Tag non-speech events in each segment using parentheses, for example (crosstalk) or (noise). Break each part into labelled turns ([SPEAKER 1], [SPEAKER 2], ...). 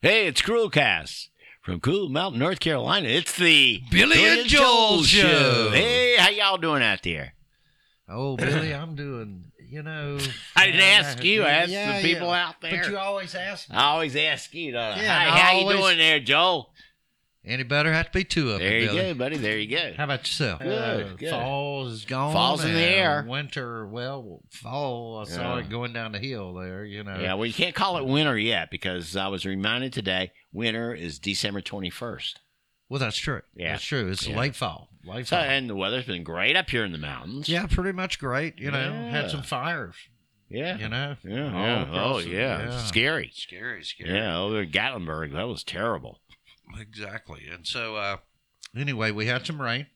[SPEAKER 1] Hey, it's Crewcast from Cool Mountain, North Carolina. It's the
[SPEAKER 2] Billy and Joel Show.
[SPEAKER 1] Hey, how y'all doing out there?
[SPEAKER 2] Oh, Billy, I'm doing, you know.
[SPEAKER 1] (laughs) I didn't
[SPEAKER 2] yeah,
[SPEAKER 1] ask you. I asked
[SPEAKER 2] yeah,
[SPEAKER 1] the people
[SPEAKER 2] yeah.
[SPEAKER 1] out there.
[SPEAKER 2] But you always ask. me.
[SPEAKER 1] I always ask you, don't I?
[SPEAKER 2] Yeah,
[SPEAKER 1] Hi,
[SPEAKER 2] and I
[SPEAKER 1] how
[SPEAKER 2] always-
[SPEAKER 1] you doing there, Joel?
[SPEAKER 2] Any better? Have to be two of them,
[SPEAKER 1] There you
[SPEAKER 2] Billy.
[SPEAKER 1] go, buddy. There you go.
[SPEAKER 2] How about yourself?
[SPEAKER 1] Good,
[SPEAKER 2] Uh,
[SPEAKER 1] good.
[SPEAKER 2] Fall is gone.
[SPEAKER 1] Fall's in the
[SPEAKER 2] and
[SPEAKER 1] air.
[SPEAKER 2] Winter, well, fall. I saw
[SPEAKER 1] Yeah.
[SPEAKER 2] it going down the hill there. You know.
[SPEAKER 1] Yeah, well, you can't call it winter yet because I was reminded today winter is December 21st.
[SPEAKER 2] Well, that's true.
[SPEAKER 1] Yeah.
[SPEAKER 2] That's true. It's
[SPEAKER 1] Yeah.
[SPEAKER 2] late fall. Late
[SPEAKER 1] So,
[SPEAKER 2] fall.
[SPEAKER 1] and the weather's been great up here in the mountains.
[SPEAKER 2] yeah, pretty much great. You know,
[SPEAKER 1] Yeah.
[SPEAKER 2] had some fires.
[SPEAKER 1] Yeah.
[SPEAKER 2] You know.
[SPEAKER 1] Yeah.
[SPEAKER 2] all
[SPEAKER 1] yeah.
[SPEAKER 2] across
[SPEAKER 1] Oh,
[SPEAKER 2] the-
[SPEAKER 1] yeah. Scary.
[SPEAKER 2] Scary, scary.
[SPEAKER 1] Yeah. Over at Gatlinburg, that was terrible.
[SPEAKER 2] Exactly. And so, uh, anyway, we had some rain.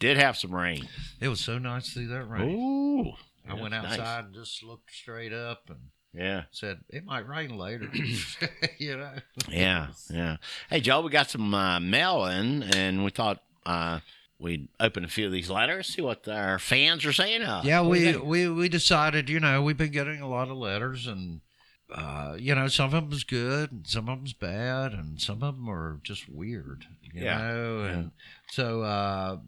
[SPEAKER 1] Did have some rain.
[SPEAKER 2] It was so nice to see that rain.
[SPEAKER 1] Ooh.
[SPEAKER 2] I went
[SPEAKER 1] That's
[SPEAKER 2] outside
[SPEAKER 1] nice.
[SPEAKER 2] and just looked straight up and
[SPEAKER 1] Yeah.
[SPEAKER 2] said, "It might rain later." (laughs) you know.
[SPEAKER 1] Yeah. Yeah. Hey, Joe, we got some uh, mail in, and we thought uh, we'd open a few of these letters, see what our fans are saying. Uh,
[SPEAKER 2] Yeah,
[SPEAKER 1] what do you
[SPEAKER 2] we,
[SPEAKER 1] think?
[SPEAKER 2] we we decided. You know, we've been getting a lot of letters, and uh, you know, some of them's good, and some of them's bad, and some of them are just weird. You
[SPEAKER 1] Yeah.
[SPEAKER 2] know,
[SPEAKER 1] Yeah.
[SPEAKER 2] and so uh,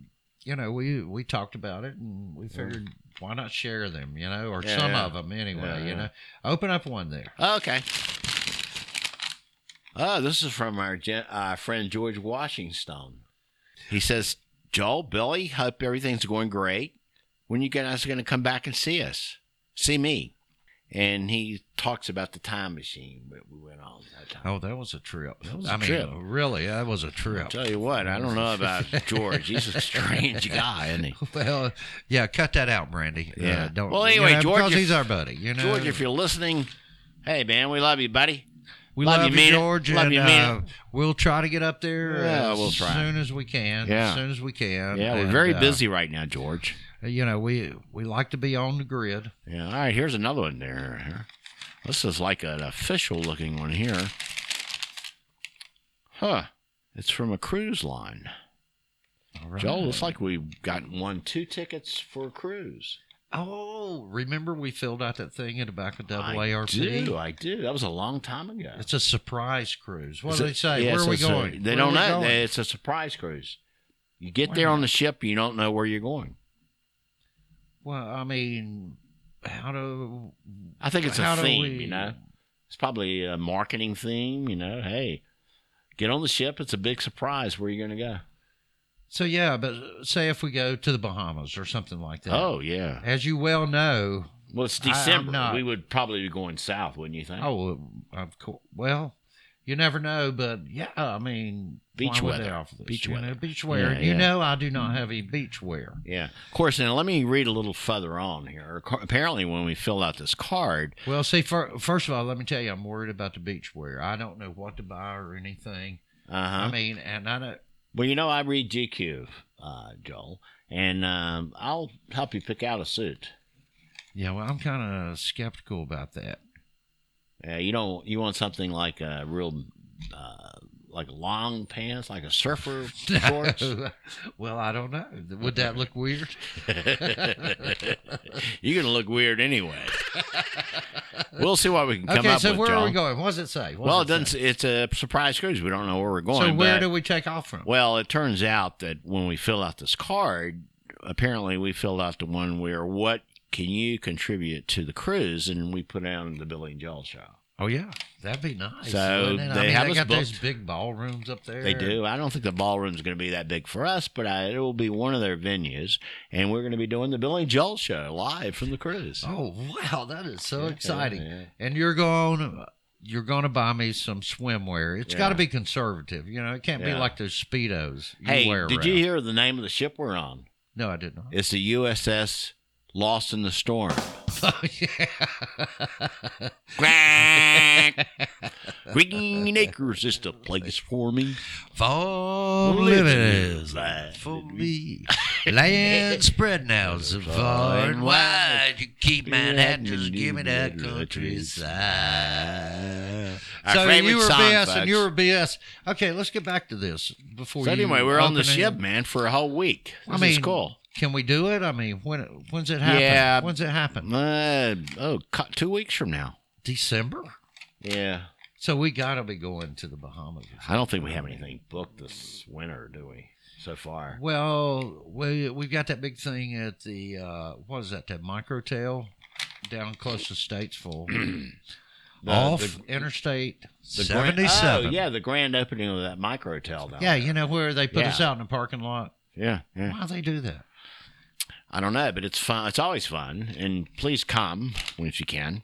[SPEAKER 2] you know, we we talked about it, and we figured. Why not share them, you know, or
[SPEAKER 1] Yeah,
[SPEAKER 2] some
[SPEAKER 1] yeah.
[SPEAKER 2] of them anyway,
[SPEAKER 1] Yeah,
[SPEAKER 2] you
[SPEAKER 1] yeah.
[SPEAKER 2] know? Open up one there.
[SPEAKER 1] Okay. Oh, this is from our gen- uh, friend George Washington. He says, Joel, Billy, hope everything's going great. When you guys are going to come back and see us, see me. And he talks about the time machine that we went on that time.
[SPEAKER 2] Oh, that was a trip.
[SPEAKER 1] That was
[SPEAKER 2] I
[SPEAKER 1] a
[SPEAKER 2] mean,
[SPEAKER 1] trip.
[SPEAKER 2] really, that was a
[SPEAKER 1] I'll
[SPEAKER 2] trip.
[SPEAKER 1] tell you what, I don't know about
[SPEAKER 2] (laughs)
[SPEAKER 1] George. He's a strange guy, isn't he?
[SPEAKER 2] Well, yeah, cut that out, Brandy. Uh,
[SPEAKER 1] Yeah.
[SPEAKER 2] don't.
[SPEAKER 1] Well,
[SPEAKER 2] you
[SPEAKER 1] anyway,
[SPEAKER 2] know,
[SPEAKER 1] George,
[SPEAKER 2] because
[SPEAKER 1] if-
[SPEAKER 2] he's our buddy. You know,
[SPEAKER 1] George, if you're listening, hey man, we love you, buddy.
[SPEAKER 2] we
[SPEAKER 1] love
[SPEAKER 2] love,
[SPEAKER 1] you, mean it.
[SPEAKER 2] George,
[SPEAKER 1] Love
[SPEAKER 2] and
[SPEAKER 1] you, mean
[SPEAKER 2] uh, we'll try to get up there
[SPEAKER 1] Yeah,
[SPEAKER 2] as
[SPEAKER 1] we'll try.
[SPEAKER 2] soon as we can.
[SPEAKER 1] Yeah.
[SPEAKER 2] as soon as we can.
[SPEAKER 1] Yeah, we're
[SPEAKER 2] And,
[SPEAKER 1] very
[SPEAKER 2] uh,
[SPEAKER 1] busy right now, George.
[SPEAKER 2] You know, we we like to be on the grid.
[SPEAKER 1] Yeah. All right, here's another one there. This is like an official looking one here. Huh. It's from a cruise line.
[SPEAKER 2] All right.
[SPEAKER 1] Joel, looks like we've gotten one two tickets for a cruise.
[SPEAKER 2] Oh, remember we filled out that thing at the back of
[SPEAKER 1] I
[SPEAKER 2] AARP.
[SPEAKER 1] do, I do. That was a long time ago.
[SPEAKER 2] It's a surprise cruise. What
[SPEAKER 1] Is
[SPEAKER 2] do
[SPEAKER 1] it-
[SPEAKER 2] they say?
[SPEAKER 1] yeah,
[SPEAKER 2] where
[SPEAKER 1] it's
[SPEAKER 2] are we
[SPEAKER 1] a sur-
[SPEAKER 2] going?
[SPEAKER 1] They
[SPEAKER 2] Where
[SPEAKER 1] don't
[SPEAKER 2] are we
[SPEAKER 1] know.
[SPEAKER 2] going?
[SPEAKER 1] It's a surprise cruise. You get
[SPEAKER 2] Wait a
[SPEAKER 1] there on
[SPEAKER 2] minute.
[SPEAKER 1] the ship, you don't know where you're going.
[SPEAKER 2] Well, I mean, how do?
[SPEAKER 1] I think it's a
[SPEAKER 2] how do
[SPEAKER 1] theme,
[SPEAKER 2] we-
[SPEAKER 1] you know. It's probably a marketing theme, you know. Hey, get on the ship. It's a big surprise where you're going to go.
[SPEAKER 2] So yeah, but say if we go to the Bahamas or something like that.
[SPEAKER 1] Oh, yeah.
[SPEAKER 2] as you well know.
[SPEAKER 1] Well, it's
[SPEAKER 2] I- I'm
[SPEAKER 1] December.
[SPEAKER 2] not-
[SPEAKER 1] we would probably be going south, wouldn't you think?
[SPEAKER 2] Oh, of course. Well, you never know, but yeah, I mean,
[SPEAKER 1] Beach
[SPEAKER 2] why would
[SPEAKER 1] weather.
[SPEAKER 2] they offer this?
[SPEAKER 1] Beach
[SPEAKER 2] you
[SPEAKER 1] weather.
[SPEAKER 2] Know, beach wear.
[SPEAKER 1] Yeah, Mm-hmm.
[SPEAKER 2] you
[SPEAKER 1] yeah.
[SPEAKER 2] know, I do not have any beach wear.
[SPEAKER 1] Yeah. Of course, now let me read a little further on here. Ac- Apparently, when we fill out this card,
[SPEAKER 2] Well, see, fir- first of all, let me tell you, I'm worried about the beach wear. I don't know what to buy or anything.
[SPEAKER 1] uh huh.
[SPEAKER 2] I mean, and I don't.
[SPEAKER 1] Well, you know, I read GQ, uh, Joel, and um, I'll help you pick out a suit.
[SPEAKER 2] Yeah, well, I'm kind of skeptical about that.
[SPEAKER 1] Yeah, you don't. You want something like a real, uh, like long pants, like a
[SPEAKER 2] (laughs)
[SPEAKER 1] surfer shorts.
[SPEAKER 2] well, I don't know. Would that look weird?
[SPEAKER 1] You're gonna look weird anyway. we'll see what we can come
[SPEAKER 2] okay,
[SPEAKER 1] up
[SPEAKER 2] so
[SPEAKER 1] with,
[SPEAKER 2] where
[SPEAKER 1] Joel.
[SPEAKER 2] are we going? What does it say? What
[SPEAKER 1] Well, it
[SPEAKER 2] does
[SPEAKER 1] doesn't.
[SPEAKER 2] say?
[SPEAKER 1] It's a surprise cruise. We don't know where we're going.
[SPEAKER 2] So where
[SPEAKER 1] but-
[SPEAKER 2] do we take off from?
[SPEAKER 1] Well, it turns out that when we fill out this card, apparently we filled out the one where what can you contribute to the cruise, and we put down the Billy and Joel show.
[SPEAKER 2] Oh yeah, that'd be nice.
[SPEAKER 1] So
[SPEAKER 2] wouldn't it? I
[SPEAKER 1] they
[SPEAKER 2] mean,
[SPEAKER 1] have
[SPEAKER 2] they
[SPEAKER 1] us
[SPEAKER 2] got those
[SPEAKER 1] booked.
[SPEAKER 2] big ballrooms up there.
[SPEAKER 1] They do. I don't think the ballroom's going to be that big for us, but I, it will be one of their venues, and we're going to be doing the Billy and Joel show live from the cruise.
[SPEAKER 2] Oh wow, that is so
[SPEAKER 1] Yeah,
[SPEAKER 2] exciting!
[SPEAKER 1] yeah.
[SPEAKER 2] And you're going, you're going to buy me some swimwear. It's
[SPEAKER 1] Yeah.
[SPEAKER 2] got to be conservative, you know. It can't
[SPEAKER 1] Yeah.
[SPEAKER 2] be like those speedos. You
[SPEAKER 1] Hey,
[SPEAKER 2] wear
[SPEAKER 1] did
[SPEAKER 2] around.
[SPEAKER 1] you hear the name of the ship we're on?
[SPEAKER 2] No, I did not. (laughs)
[SPEAKER 1] It's the USS Lost in the Storm.
[SPEAKER 2] Oh yeah.
[SPEAKER 1] Quack. Green Acres is the place for me.
[SPEAKER 2] Fall
[SPEAKER 1] Living
[SPEAKER 2] living
[SPEAKER 1] is
[SPEAKER 2] is
[SPEAKER 1] life
[SPEAKER 2] for
[SPEAKER 1] that
[SPEAKER 2] me.
[SPEAKER 1] (laughs)
[SPEAKER 2] Land spread now so far and wide. You keep Manhattan, just give me that countryside.
[SPEAKER 1] Our
[SPEAKER 2] so
[SPEAKER 1] favorite
[SPEAKER 2] you were
[SPEAKER 1] song,
[SPEAKER 2] BS
[SPEAKER 1] folks.
[SPEAKER 2] and you were BS. Okay, let's get back to this before.
[SPEAKER 1] So
[SPEAKER 2] you
[SPEAKER 1] anyway, we're on the
[SPEAKER 2] open it.
[SPEAKER 1] ship, man, for a whole week. This
[SPEAKER 2] I mean,
[SPEAKER 1] is cool.
[SPEAKER 2] Can we do it? I mean, when when's it happen?
[SPEAKER 1] Yeah.
[SPEAKER 2] When's it happen?
[SPEAKER 1] Uh, oh, co- two weeks from now.
[SPEAKER 2] December?
[SPEAKER 1] Yeah.
[SPEAKER 2] So we got to be going to the Bahamas.
[SPEAKER 1] I don't think we have anything booked this winter, do we? So far.
[SPEAKER 2] Well, we we've got that big thing at the uh, what is that? That microtail down close to Statesville,
[SPEAKER 1] (clears throat) The-
[SPEAKER 2] off
[SPEAKER 1] the-
[SPEAKER 2] Interstate
[SPEAKER 1] The grand-
[SPEAKER 2] seventy seven.
[SPEAKER 1] oh, yeah, the grand opening of that micro hotel down
[SPEAKER 2] yeah,
[SPEAKER 1] there.
[SPEAKER 2] you know where they put us
[SPEAKER 1] Yeah.
[SPEAKER 2] out in the parking lot.
[SPEAKER 1] Yeah, yeah.
[SPEAKER 2] Why they do that?
[SPEAKER 1] I don't know, but it's fun. It's always fun, and please come when you can.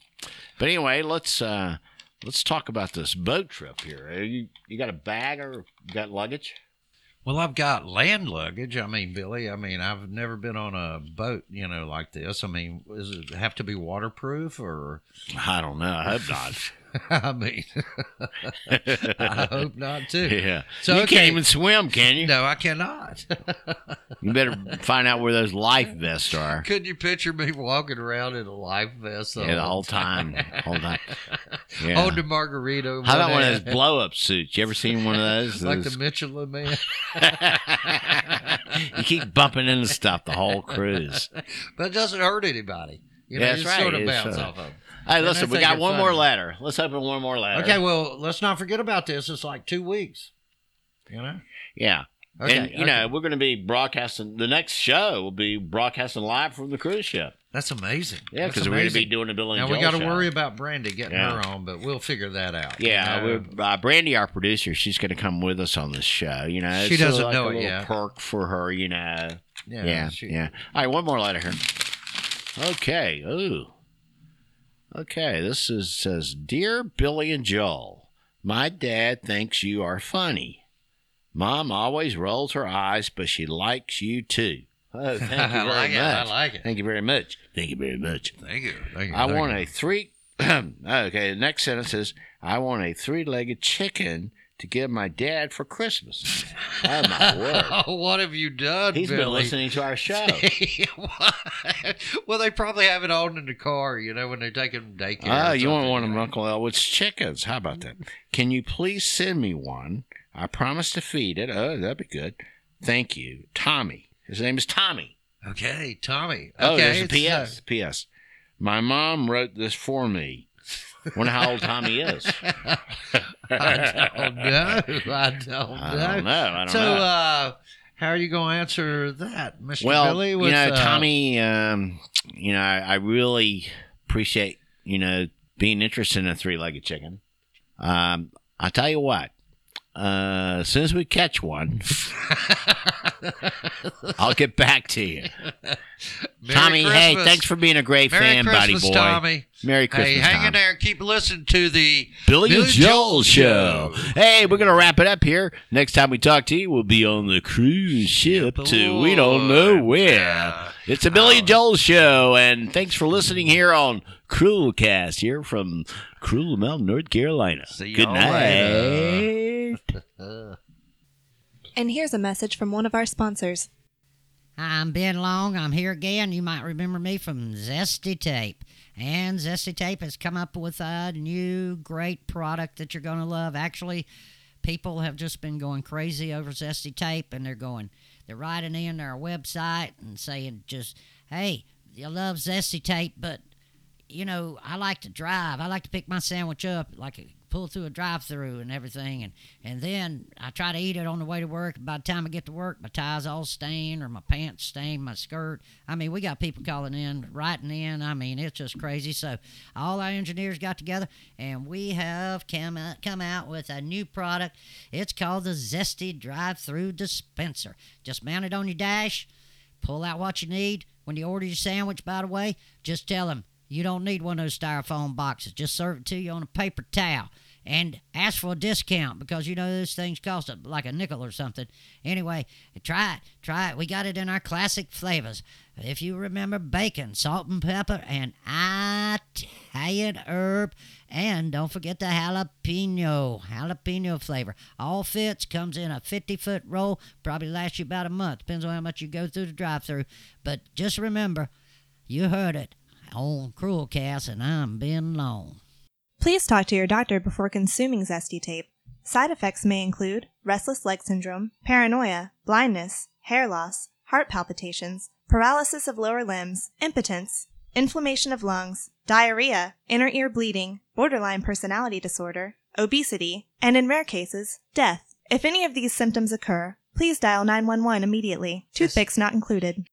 [SPEAKER 1] But anyway, let's uh, let's talk about this boat trip here. Uh, You you got a bag or you got luggage?
[SPEAKER 2] Well, I've got land luggage. I mean, Billy. I mean, I've never been on a boat, you know, like this. I mean, does it have to be waterproof or? (laughs)
[SPEAKER 1] I don't know. I hope not.
[SPEAKER 2] I mean, (laughs) I hope not too.
[SPEAKER 1] yeah.
[SPEAKER 2] So,
[SPEAKER 1] you
[SPEAKER 2] okay.
[SPEAKER 1] can't even swim, (laughs) can you?
[SPEAKER 2] No, I cannot. (laughs)
[SPEAKER 1] You better find out where those life vests
[SPEAKER 2] (laughs)
[SPEAKER 1] are.
[SPEAKER 2] Could you picture me walking around in a life vest?
[SPEAKER 1] Yeah, the whole
[SPEAKER 2] (laughs)
[SPEAKER 1] time. Whole time. Yeah.
[SPEAKER 2] Hold the margarita.
[SPEAKER 1] How about one of
[SPEAKER 2] hand,
[SPEAKER 1] those blow up suits? You ever seen
[SPEAKER 2] (laughs)
[SPEAKER 1] one of those?
[SPEAKER 2] Like the
[SPEAKER 1] Those-
[SPEAKER 2] Michelin man. (laughs)
[SPEAKER 1] (laughs) you keep bumping into stuff the whole cruise.
[SPEAKER 2] but it doesn't hurt anybody. You know,
[SPEAKER 1] Yeah, that's
[SPEAKER 2] you sort
[SPEAKER 1] right.
[SPEAKER 2] of
[SPEAKER 1] It's,
[SPEAKER 2] bounce
[SPEAKER 1] uh,
[SPEAKER 2] off of 'em.
[SPEAKER 1] Hey,
[SPEAKER 2] And
[SPEAKER 1] listen,
[SPEAKER 2] I
[SPEAKER 1] we
[SPEAKER 2] think
[SPEAKER 1] got
[SPEAKER 2] it's
[SPEAKER 1] one more
[SPEAKER 2] funny.
[SPEAKER 1] letter. Let's open one more letter.
[SPEAKER 2] Okay, well, let's not forget about this. It's like two weeks. You know?
[SPEAKER 1] Yeah.
[SPEAKER 2] Okay.
[SPEAKER 1] and, you
[SPEAKER 2] okay.
[SPEAKER 1] know, we're going to be broadcasting. The next show will be broadcasting live from the cruise ship.
[SPEAKER 2] that's amazing.
[SPEAKER 1] Yeah,
[SPEAKER 2] That's
[SPEAKER 1] because we're going to be
[SPEAKER 2] amazing.
[SPEAKER 1] doing a Bill and
[SPEAKER 2] Now we
[SPEAKER 1] got
[SPEAKER 2] got to worry about Brandy getting
[SPEAKER 1] Yeah.
[SPEAKER 2] her on, but we'll figure that out. you
[SPEAKER 1] Yeah,
[SPEAKER 2] know?
[SPEAKER 1] we're, uh, Brandy, our producer, she's going to come with us on this show. You know,
[SPEAKER 2] She
[SPEAKER 1] It's sort of
[SPEAKER 2] doesn't
[SPEAKER 1] like
[SPEAKER 2] know
[SPEAKER 1] a
[SPEAKER 2] it
[SPEAKER 1] little
[SPEAKER 2] yet.
[SPEAKER 1] Perk for her, you know. Yeah,
[SPEAKER 2] yeah,
[SPEAKER 1] yeah.
[SPEAKER 2] she- (laughs)
[SPEAKER 1] All right, one more letter here. Okay. Ooh. Okay. This is says, dear Billy and Joel, my dad thinks you are funny. Mom always rolls her eyes, but she likes you too. (laughs) Oh, thank you very
[SPEAKER 2] (laughs) I like it. I
[SPEAKER 1] much.
[SPEAKER 2] like it.
[SPEAKER 1] Thank you very much. Thank you very much.
[SPEAKER 2] Thank you. Thank you.
[SPEAKER 1] I
[SPEAKER 2] thank
[SPEAKER 1] want
[SPEAKER 2] you.
[SPEAKER 1] a three. (clears throat) okay, the next sentence is I want a three legged chicken to give my dad for
[SPEAKER 2] (laughs)
[SPEAKER 1] Christmas. Oh, my word.
[SPEAKER 2] Oh, what have you done?
[SPEAKER 1] He's
[SPEAKER 2] Billy?
[SPEAKER 1] been listening to our show.
[SPEAKER 2] (laughs) well, they probably have it on in the car, you know, when they're taking daycare. or
[SPEAKER 1] Oh, you want
[SPEAKER 2] something,
[SPEAKER 1] one of
[SPEAKER 2] you know.
[SPEAKER 1] Uncle Elwood's chickens? How about that? Can you please send me one? I promise to feed it. Oh, that'd be good. Thank you, Tommy. His name is Tommy.
[SPEAKER 2] Okay, Tommy. Okay,
[SPEAKER 1] Oh, there's a
[SPEAKER 2] it's, uh,
[SPEAKER 1] P.S. P.S. My mom wrote this for me. Wonder how old Tommy is.
[SPEAKER 2] (laughs) (laughs) I
[SPEAKER 1] (laughs)
[SPEAKER 2] don't know. I don't know.
[SPEAKER 1] I don't know. I don't
[SPEAKER 2] so,
[SPEAKER 1] know.
[SPEAKER 2] uh, how are you going to answer that, Mr.
[SPEAKER 1] well,
[SPEAKER 2] Billy?
[SPEAKER 1] you
[SPEAKER 2] with,
[SPEAKER 1] know,
[SPEAKER 2] uh,
[SPEAKER 1] Tommy. Um, you know, I, I really appreciate you know being interested in a three-legged chicken. Um, I tell you what. Uh, as soon as we catch
[SPEAKER 2] (laughs)
[SPEAKER 1] one, I'll get back to you.
[SPEAKER 2] Merry
[SPEAKER 1] Tommy, hey,
[SPEAKER 2] Christmas.
[SPEAKER 1] thanks for being a great
[SPEAKER 2] Merry
[SPEAKER 1] fan,
[SPEAKER 2] Christmas,
[SPEAKER 1] buddy boy.
[SPEAKER 2] Tommy.
[SPEAKER 1] Merry Christmas,
[SPEAKER 2] hey, hang
[SPEAKER 1] Tommy.
[SPEAKER 2] in there. Keep listening to the
[SPEAKER 1] Billy,
[SPEAKER 2] Billy
[SPEAKER 1] and Joel
[SPEAKER 2] Joel
[SPEAKER 1] show.
[SPEAKER 2] Show.
[SPEAKER 1] Hey, we're gonna wrap it up here. Next time we talk to you, we'll be on the cruise ship to we don't know where.
[SPEAKER 2] Yeah.
[SPEAKER 1] It's the Billy and Joel show, and thanks for listening here on Cruelcast here from Cruel Mountain, North Carolina.
[SPEAKER 2] See
[SPEAKER 1] Good
[SPEAKER 2] y'all
[SPEAKER 1] night.
[SPEAKER 2] later.
[SPEAKER 3] And here's a message from one of our sponsors.
[SPEAKER 4] Hi, I'm Ben Long. I'm here again. You might remember me from Zesty Tape. And Zesty Tape has come up with a new great product that you're going to love. Actually, people have just been going crazy over Zesty Tape and they're going, they're writing in our website and saying, just, hey, I love Zesty Tape, but you know, I like to drive. I like to pick my sandwich up, like pull through a drive-through and everything, and and then I try to eat it on the way to work. By the time I get to work, my tie's all stained or my pants stained, my skirt. I mean, we got people calling in, writing in. I mean, it's just crazy. So all our engineers got together, and we have come out, come out with a new product. It's called the Zesty Drive-Through Dispenser. Just mount it on your dash pull out what you need. When you order your sandwich, by the way, just tell them you don't need one of those styrofoam boxes. Just serve it to you on a paper towel and ask for a discount because you know those things cost a- like a nickel or something. Anyway, try it. Try it. We got it in our classic flavors. If you remember bacon, salt and pepper, and Italian herb, and don't forget the jalapeno, jalapeno flavor. All fits comes in a 50 foot roll, probably lasts you about a month. Depends on how much you go through the drive through. But just remember, you heard it on Cruelcast, and I'm Ben Long.
[SPEAKER 3] Please talk to your doctor before consuming Zesty Tape. Side effects may include restless leg syndrome, paranoia, blindness, hair loss, heart palpitations, paralysis of lower limbs, impotence, inflammation of lungs, diarrhea, inner ear bleeding, borderline personality disorder, obesity, and in rare cases, death. If any of these symptoms occur, please dial 911 immediately, toothpicks not included.